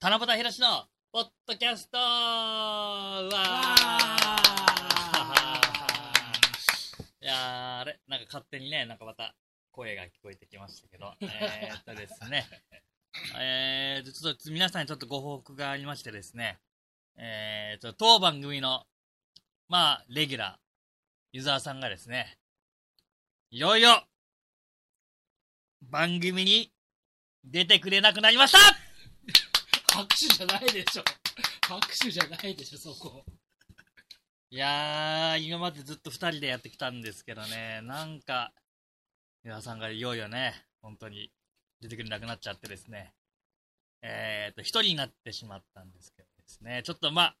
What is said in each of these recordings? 七夕ひろしのポッドキャストうわーいやーあれなんか勝手にねなんかまた声が聞こえてきましたけどえーっとですねえー、ちょっと皆さんにちょっとご報告がありましてですねえー、っと当番組のまあレギュラー湯沢さんがですねいよいよ番組に出てくれなくなりました拍手じゃないでしょ。拍手じゃないでしょ、そこ。いやー、今までずっと2人でやってきたんですけどね、なんか、皆さんがいよいよね、本当に出てくれなくなっちゃってですね、えーと、1人になってしまったんですけどですね、ちょっとまあ、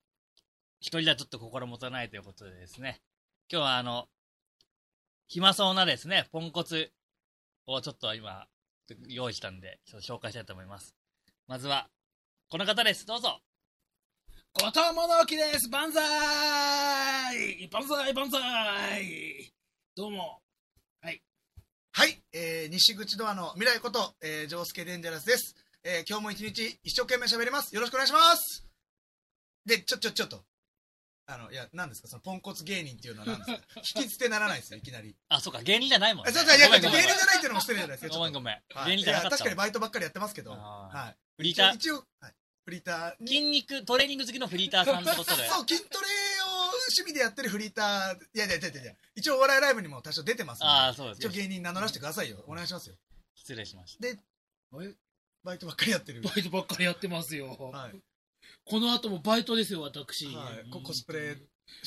1人ではちょっと心もたないということでですね、今日はあの、暇そうなですね、ポンコツをちょっと今、用意したんで、ちょっと紹介したいと思います。まずは、この方です、どうぞ後藤物置です万歳万歳万歳どうも。はい、えー、西口ドアの未来こと、えー、ジョースケ・デンジャラスです。えー、今日も一日一生懸命喋ります。よろしくお願いします。で、ちょ、ちょ、ちょっと。あの、いや、何ですかそのポンコツ芸人っていうのは何 ですか引き捨てならないですよ、いきなり。あ、そうか、芸人じゃないもんあ、ね。そうそう、いや、ご芸めん人じごゃめんないっていうのも失礼じゃないですか。ごめんごめん。はい芸人じゃないかやった確かにわ。バイトばっかりやってますけど、あーはフい。リーター、一応、はい、フリーターに。筋肉、トレーニング好きのフリーターさんってことで。そう、筋トレを趣味でやってるフリーター。いやいやいやいやいや、一応お笑いライブにも多少出てますんでああ、そう一で応す。芸人名乗らせてくださいよ。お願いしますよ。失礼しましバイトばっかりやってるバ。イトばっかりやってますよ。はい。この後もバイトですよ、私。はいこコスプレ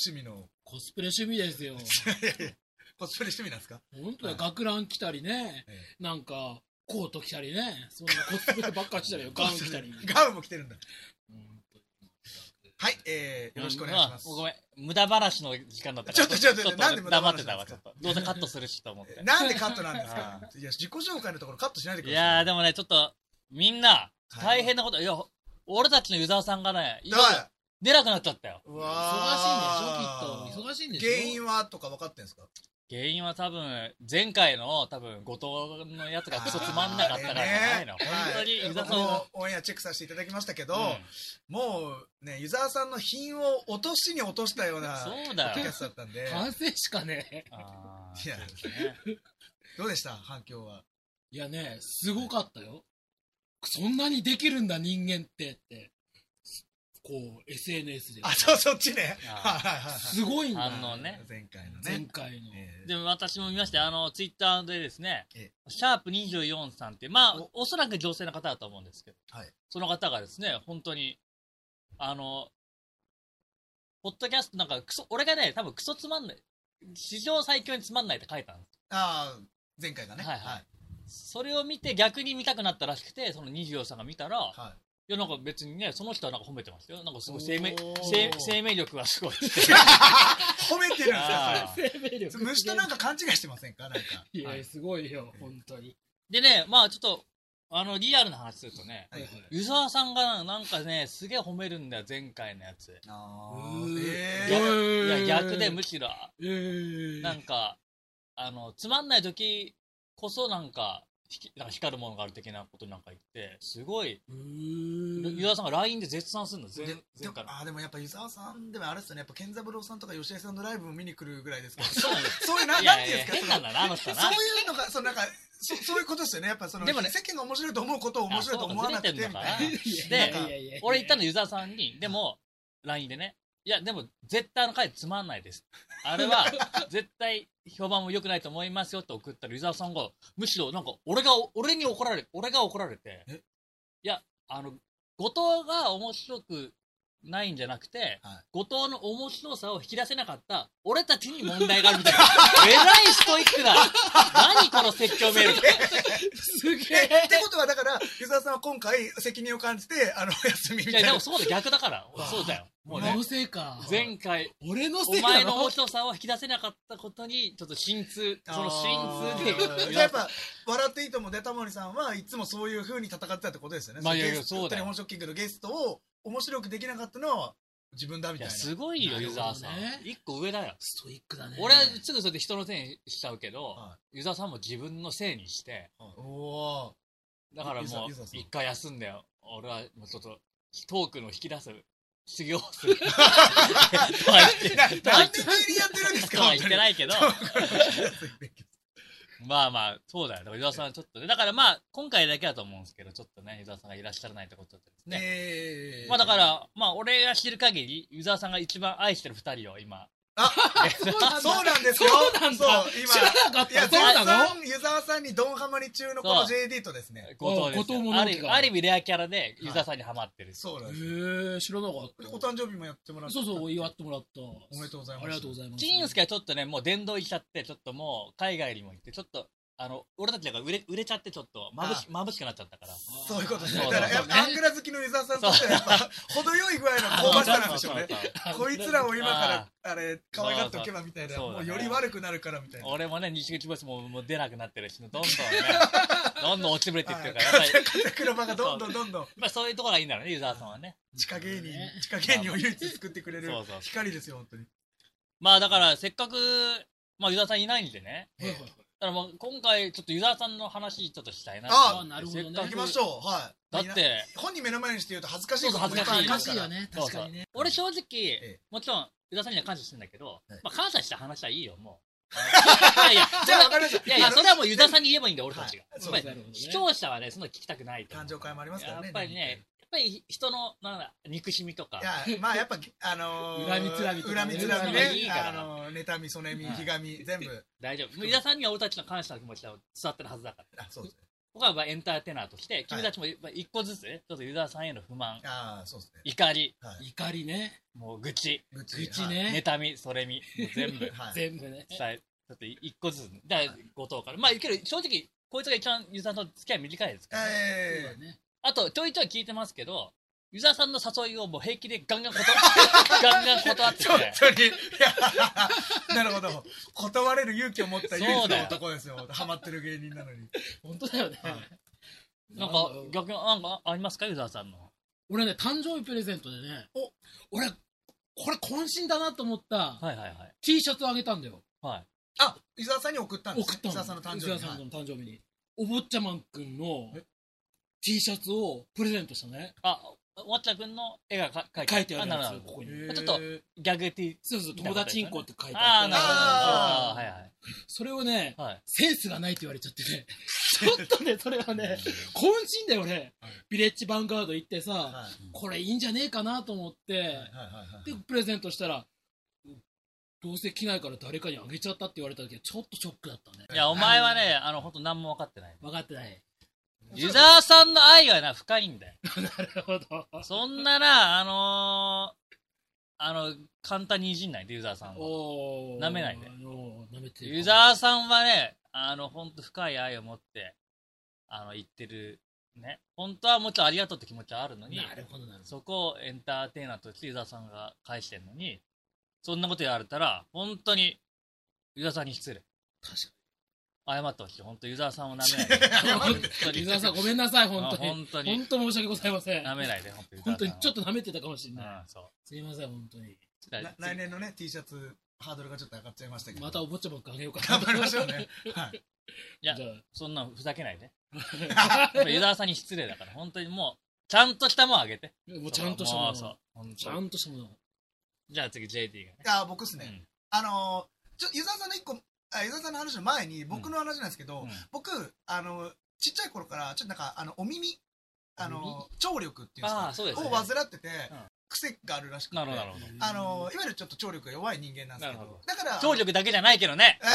趣 味の。コスプレ趣味です よ。いやいやコスプレ趣味なんですか本当だよ、は学ラン着たりねえ。なんか、コート着たりね。そんなコスプレばっかりしたり よ、ガウン着たり。ガウンも着てるんだ。はい、えー、た。よろしくお願いしますあ。ごめん。無駄話の時間だったから。ちょっとちょっとなんで無駄黙っ話てたわ、ちょっと。どうせカットするしと思って。なんでカットなんですか いや、自己紹介のところカットしないでくいださやい。ー、でもね、ちょっと、みんな、はい大変なこと、いや、俺たちの湯沢さんがね、いろいろは出なくなっちゃったよ。い。忙しいんでしょ、きっと。忙しいんでしょ。原因はとか分かってんですか原因は多分、前回の多分、後藤のやつがクソつまんなかったからじゃないの。あ本れね当に湯沢僕さんもオンエアチェックさせていただきましたけど、うんもうね、湯沢さんの品を落としに落としたようなそうポッだドキよャ。ストだったんで、反省しかね。あーいやそうですねどうでした反響は。いやね、すごかったよ。そんなにできるんだ、人間ってって。こう、SNS で。あ、そう、そっちね。はいあはいはいはい。すごいんだよ。反応ね前回の前ね。回の。えーでも私も見まして、あの、ツイッターでですねえ、シャープ24さんって、まあ、おそらく女性の方だと思うんですけど、はいその方がですね、本当に、あの、ポッドキャストなんか、クソ、俺がね、多分クソつまんない、史上最強につまんないって書いたんでああ、前回がね。はいはいす。それを見て逆に見たくなったらしくて、その24さんが見たら、い、はいや、なんか別にね、その人はなんか褒めてましたよ。なんかすごい生命、おー生生命力がすごいって。褒めてるんですあかー生命そ力。れ虫となんか勘違いしてませんかなんか。いはいや、すごいよ、本当に。でね、まあちょっと、あの、リアルな話するとね、はいはいはい湯沢さんがなんかねすげえ褒めるんだよ前回のやつあうーーいやえいえーや逆でむしろえーなんかあのつまんない時こそなんかひきなんか光るものがある的なことなんか言ってすごいうーん湯沢さんが LINE で絶賛するのー前でで前も回のあーでもやっぱ湯沢さんでもあれですよねやっぱ健三郎さんとか吉江さんのライブも見に来るぐらいです からそうなんですそういうないなんやていいうんやですか変なんだなあの人そはのなそういうのがそうなんかそ そういうことですよねやっぱそのでもね世間が面白いと思うことを面白いと思わなくてあそうかずれてんのかなみたいいやいでやいやいや俺言ったの湯沢さんにでも LINE でねいやでも絶対あの回つまんないですあれは絶対評判も良くないと思いますよって送ったら湯沢さんがむしろなんか俺が俺に怒られ俺が怒られてえいやあの後藤が面白くないんじゃなくて、はい後藤の面白さを引き出せなかった俺たちに問題があるみたいな えらいストイックだ何この説教メールすげなええってことはだから湯沢さんは今回責任を感じてあの お休みみいたやいでなもそうだ逆だからそうだよもう俺ねのせいか。前回俺のおせい前だのろ面白さを引き出せなかったことに、ちょっと心痛、そのあ心ー痛で、じゃあやっぱ、笑っていいとも出たもりさんはいつもそういう風に戦ってたってことですよね。まあいやいやゲストそうだよ本ショッキングのゲストを面白くできなかったのは自分だみいたいや、な。すごいよ、湯沢さんなるほど。ね一個上だよ。ストイックだね。俺はすぐそれで人のせいにしちゃうけどは、湯沢さんも自分のせいにして、おおだからゆざもうゆざ、さん一回休んだよ。俺はもうちょっと、トークの引き出す修行をす るとは言ってななんで芸人やってるんで すとかは言っ本当てにないけど勉強 まあまあそうだよね湯沢さんはちょっとねだからまあ今回だけだと思うんですけどちょっとね湯沢さんがいらっしゃらないってことでですねえーまあだからまあ俺が知る限り湯沢さんが一番愛してる二人を今あそうなんですよそうなんだそう 今知らなかっいたや絶そうなの賛湯沢さんにドンハマり中のこの JD とですね後藤です後藤よ物あ置るが意味ある意味レアキャラで湯沢さんにはまってるそうなんですよへえ知らなかおっ誕生日もやってもらたってそうそう祝ってもらったおおめでとうございますありがとうございます金助はちょっとね、もう殿堂行きちゃって、ちょっともう海外にも行って、ちょっと、あの、俺たちが売れ売れちゃって、ちょっと眩し眩しくなっちゃったから。そういうことですそね。うだだかねらやっぱアングラ好きの湯沢さんとしてはやっぱ程よい具合の香ばしさなんでしょうね。そうそうそこいつらを今からあれ可愛がっておけばみたいな、そうもだうねより悪くなるからみたいうな。 俺もね、西口ボスももう出なくなってるし、どん どんね、どんどん落ちぶれていってはいるから、やっぱり風風車がどんどんどんどんまあそういうところがいいんだろうね、ユーザーさんはね。地下芸人ね、地下芸人を唯一作ってくれるそうそう光ですよ、本当に。まあだから、せっかく、まあユーザーさんいないんでね。はいはいはいだからまあ今回、ちょっとユーザーさんの話、ちょっとしたいなあと思ってあなるほどねせっか行くきましょう。はい。だって、本人目の前にして言うと恥ずかしいそうそう恥ずかしいこと難っしぱいあよりますからそうね確そうかにね俺正直、えもちろん宇田さんには感謝してんだけど、はいまあ感謝した話はいいよもういやいやじゃあ分かりましたいやいやあのそれはもう宇田さんに言えばいいんだよ俺たちが、はいやっぱりなるほどね視聴者はねそんなの聞きたくないと思う誕生会もありますからねやっぱりねやっぱり人のなんだ憎しみとかいや、まあやっぱ、あのー、恨みつらみとかね恨みつらみいいね。からあのー、妬み、そねみ、はいひがみ、全部。大丈夫宇田さんには俺たちの感謝の気持ちが伝わってるはずだからあ、そうですね。僕はまあエンターテイナーとして君たちもまあ一個ずつちょっと宇田さんへの不満ああ、そうですね。怒りはい。怒りねもう愚痴愚愚痴。ね妬みそれみもう 全部はい。はい全部ねさちょっと一個ずつ、ね、だから後藤から。まあ、けど正直、こいつが一番ユーザーと付き合い短いですから、ね。そうだえねあと、ちょいちょい聞いてますけど、ユーザーさんの誘いをもう平気でガンガン 断ガンガン断ってー、てちょっとに、いや、なるほど。断れる勇気を持った唯一の男ですよ。ハマってる芸人なのに。本当だよねはいなんか、逆に、なんかありますかユーザーさんの。俺ね誕生日プレゼントでねお俺これ渾身だなと思ったはいはいはい。 T シャツをあげたんだよはい。あ、伊沢さんに送ったんです送ねっ。た伊沢さんの誕内田生日に。はさんいの誕生日にお坊ちゃまんくんのえ T シャツをプレゼントしたねあ、わっちゃくんの絵がか描いて書いてあるなやほつどここへにーちょっとギャグ T。そうそう友達んこって書いてあああ、るなるほど。あああーー、はいはい。それをねはい。センスがないって言われちゃってねちょっとねそれはね渾身だよねはいビレッジヴァンガード行ってさはいこれいいんじゃねえかなと思ってはいはいはいでプレゼントしたらどうせ着ないから誰かにあげちゃったって言われた時はちょっとショックだったねいや、お前はね、あの、本当何も分かってない。分かってないユーザーさんの愛はな、深いんだよ。 なるほどそんなな、あのー、あの、簡単にいじんないで、ユーザーさんを。おー舐めないねおー舐めてるユーザーさんはね、あの、ほんと深い愛を持って、あの、言ってる、ね。本当はもちろんありがとうって気持ちはあるのに、なるほどなるほどそこをエンターテイナーとしてユーザーさんが返してんのに、そんなことやられたら、本当に、ユーザーさんに失礼。確 か謝ってほしい。本当ユーザーさんを舐めないで。に本当にユーザーさんごめんなさいあ本当に本当に本。当申し訳ございません舐めないで、本当本当にちょっと。と舐めてたかもしれうないん、そう。すいません本当にな来年のね、T シャツ、ハードルがちょっと上がっちゃいましたけど。またお坊ちゃまんかあげようか頑張りましょう ね。はい。いやじゃそんなふざけないで。 あやっぱユダーさんに失礼だから、本当にもう、ちゃんとしたもんあげて。もうちゃんとしたもうそうの。本ち当ゃにんとしたものじゃあ次、JD がね。あ、僕っすうね。んあのーちょ、湯沢さんの一個、あ湯沢さんの話の前に、僕の話なんですけど、うん僕、あの、ちっちゃい頃から、ちょっとなんか、あの、お耳、あの、聴力っていうんですあかあ、、そうですをね。患ってて、うん癖があるらしくて、なるほど、なるほど。あの、いわゆるちょっと聴力が弱い人間なんですけど、なるほだから、聴力だけじゃないけどね。えええ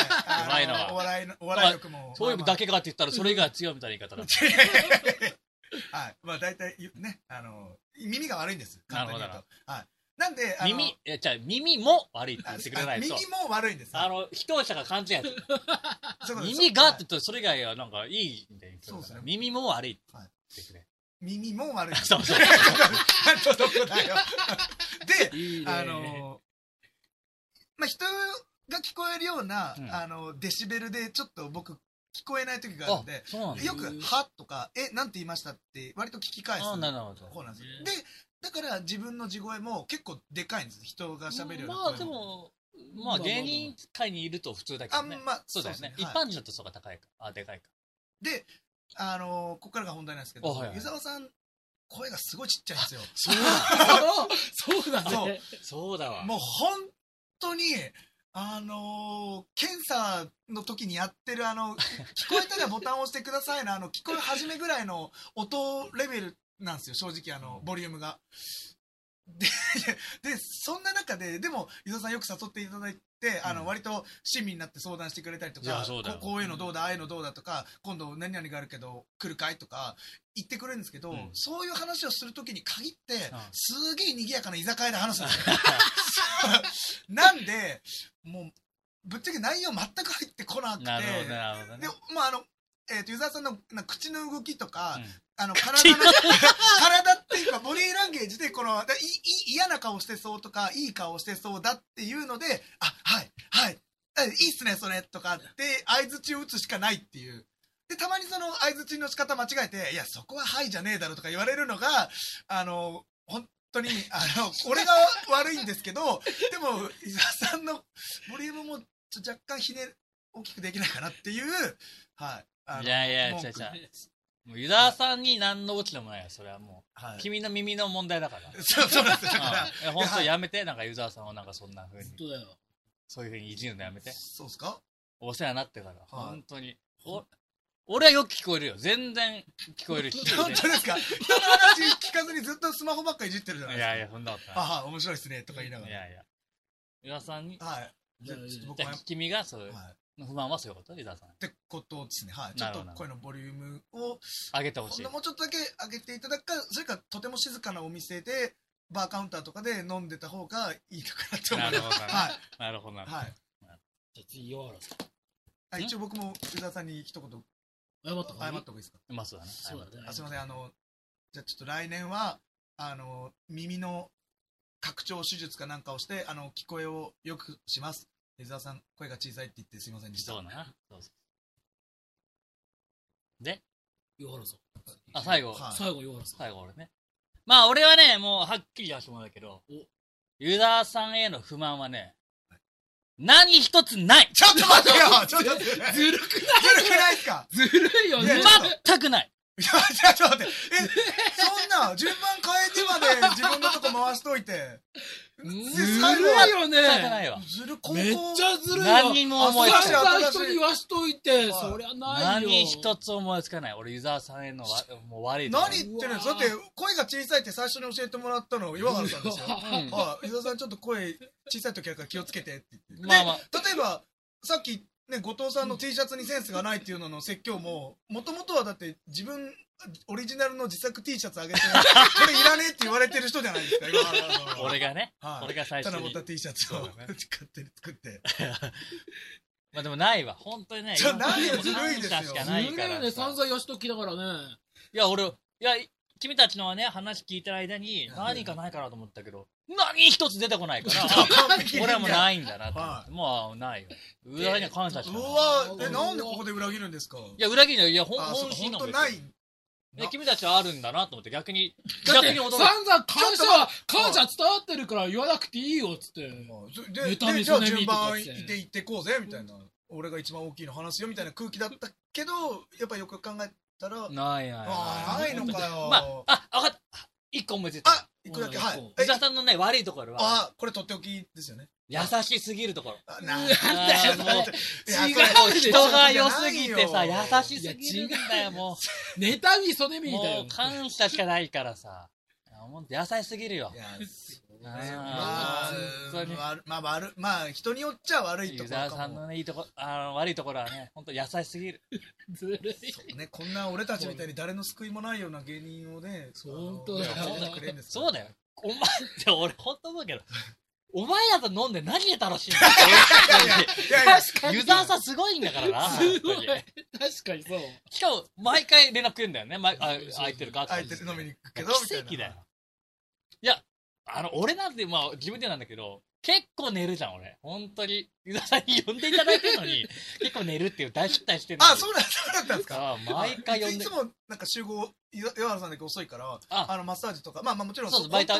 えあの弱いのはお笑いの、お笑い力も。聴力だけかって言ったら、それ以外は強いみたいな言い方だ。まあまあ はい。まあ、大体、ね、あの、耳が悪いんです。なるほど簡単に言うとはい。なんで、あの耳、え、じゃあ耳も悪いってあ言ってくれないとあ。耳も悪いんです。あの、視聴者が勘違いする。そういうことです耳がって言ったら、それ以外はなんかいいみたいにそうですね耳も悪いって言ってくれ。耳も悪 い。そうそう。届くなよ。 で、いいねあの、まあ、人が聞こえるような、うんあの、デシベルで、ちょっと僕、聞こえない時があるあんで、、そうなんだ。よく、はとか、え、なんて言いましたって、割と聞き返す。あなるほど。こうなんですよ。で、だから自分の地声も結構でかいんです。人が喋るような声まあでも、まあ芸人界にいると普通だけあどんね。ま、そうだよね。です一は般い人だとそうが高いか。あ、でかいか。で、あのーここからが本題なんですけど、あはいはい湯沢さん声がすごいちっちゃいんですよ。そうそうだね。そだそ ううだわもう本当に、あのー検査の時にやってるあの、聞こえたらボタンを押してくださいの、あの、聞こえ始めぐらいの音レベルなんですよ、正直あの、ボリュームが。で、で、そんな中で、でも、伊沢さんよく誘っていただいて、あうのん割と親身になって相談してくれたりといやかそうだよここういうのどうだ、ああいうのどうだとか今度何々があるけど来るかいとか言ってくれるんですけど、うんそういう話をするときに限って、 んすげえ賑やかな居酒屋で話すんですよ なんで、もう、ぶっちゃけ内容全く入ってこなくて、なるほどなるほどねで、まあ、あの、えっ、と、ユーザーさんのなんか口の動きとか、あの、口 体のの、体っていうか、ボディーランゲージで、この、だいい嫌な顔してそうとか、いい顔してそうだっていうので、あ、はい、はい、あいいっすね、それ、とかって、相槌を打つしかないっていう。で、たまにその相槌の仕方間違えて、いや、そこははいじゃねえだろとか言われるのが、あの、本当に、あの、俺が悪いんですけど、でも、伊沢さんのボリュームもちょ若干ひね、大きくできないかなっていう、はい。あのいやいや文句違う違うもう湯沢さんに何の落ちでもないよそれはもはうい。君の耳の問題だからそうそうなんですよ。だから、うんえ本当やめてなんか湯沢さんをなんかそんな風に本当だよ。そういう風にいじるのやめてそうっすかお世話になってからはい本当にお俺はよく聞こえるよ全然聞こえる 聞こ本え当るですか人の話聞かずにずっとスマホばっかいじってるじゃないいですか。やいやそんなことないああ、面白いですね、とか言いながいら。やいや湯沢さんにはい。じじゃゃああ、ちょっと僕じはゃやあっ君がそうぱ、はい。っ不満はそういうこと湯沢さんてことですね。はい。ちょなっるほとどなるほ声のボリュームを、あげてほほしんいのもうちょっとだけ上げていただくか、それか、とても静かなお店で、バーカウンターとかで飲んでた方がいいのかなって思ないるまほどす。はい。なるほどなるほはい。じゃあ次、岩原さん。あん一応僕も宇田さんに一言謝った方が謝いいった方がいいですかどまあそうだねそうだね。あすいませんあのじゃあちょっと来年はあの耳の拡張手術かなんかをしてあの聞こえを良くします江沢さん声が小さいって言ってすいませんでしたそうだなそうそう岩原さん。あ最後はい最後、岩原さん。最後俺ね。まあ俺はね、もうはっきり言わせてもらうけどお、ユダーさんへの不満はね、何一つないちょっと待ってよち ょっと待ってよずるずるくくないですか ずるいよいやね。全くないいやちょっと待ってえそんな順番変えてまで自分のとこ回しといてずるい最後はよね。全くないわ。ずる高校めっちゃずるいよ。何にも思いつあかそなんいな人に言わしといて、はいそりゃないよ。何一つ思いつかない。俺ユダーさんへのわもう悪いとこ何言ってるんですだって声が小さいって最初に教えてもらったの岩原さんですようんあ、伊沢さんちょっと声小さい時あるから気をつけてって言って。まあまあで例えば、さっきね、後藤さんの T シャツにセンスがないっていうのの説教も、もともとはだって自分、オリジナルの自作 T シャツあげて、これいらねえって言われてる人じゃないですか、今俺がね、はい俺が最初七夕に。 T シャツをそうだ勝ね手に作って。まあでもないわ。本当にね。ちょないよ今まずるいですよ感謝しかずないるかいよらね。さ散々言わしときだからね。いや、俺、いや、君たちのね、話聞いてる間に、何かないかなと思ったけど、何一つ出てこないから、あ 俺はもうい。ないんだなと思っはて。もうないよ。裏切りには感謝しうかない。わ、え、なんでここで裏切るんですかいや、裏切りの、いや、ほんあ、そ本うか、心本な当のない別に。で君たちはあるんだなと思って、逆に、だっ逆てに散驚いた。々感謝は、ま感あ謝伝わってるから言わなくていいよっつって。まあそネで、タ見でじゃあそれ見順とかっ番ていっていってこうぜ、みたいな。俺が一番大きいの話よ、みたいな空気だったけど、やっぱよく考えたら、ないないああ、ないのかよ。まあ、あ、わかった。一個思いついた。あ、いくだけ、はうんい。え藤田さんのね、悪いところは、あ、これとっておきですよね。優しすぎるところ。あなんうだわあーよもういや違うこれ人が良すぎてさ、い優やしすぎるんだよ、も妬み、そねう。みみたいもうな。感謝しかないからさ。ほんと優しすぎるよい。やままああ、本当に。悪まあ、悪まあ、人によっちゃ悪いと湯ころ沢かさんも。のね、いいとこ、あの、悪いところはね、ほんと優しすぎる。ず るい。ね、こんな俺たちみたいに誰の救いもないような芸人をね、そう本当だよだよ。くれるんですそうだだよ。お前って俺ほんと思うけど、お前らと飲んで何で楽しいんいやいやいやいや、確かだに。ユザーさんすごいんだからな。すごい本当に。確かにそう。しかも、毎回連絡くれんだよね。まあそうそう、空いてるか相手飲みに行くけど、みた奇いな跡だよ。。いや、あの、俺なんて、まあ、自分でなんだけど、結構寝るじゃん、俺。本当に。 ユザーさんに呼んでいただいてるのに、結構寝るっていう大失態してるのに。あ、そうだそうだったんですか。あ毎回呼んいでつ。もなんか集合、岩岩原さんだけ遅いから、ああのマッサージとか、まあまあもちろんそうそうバイタ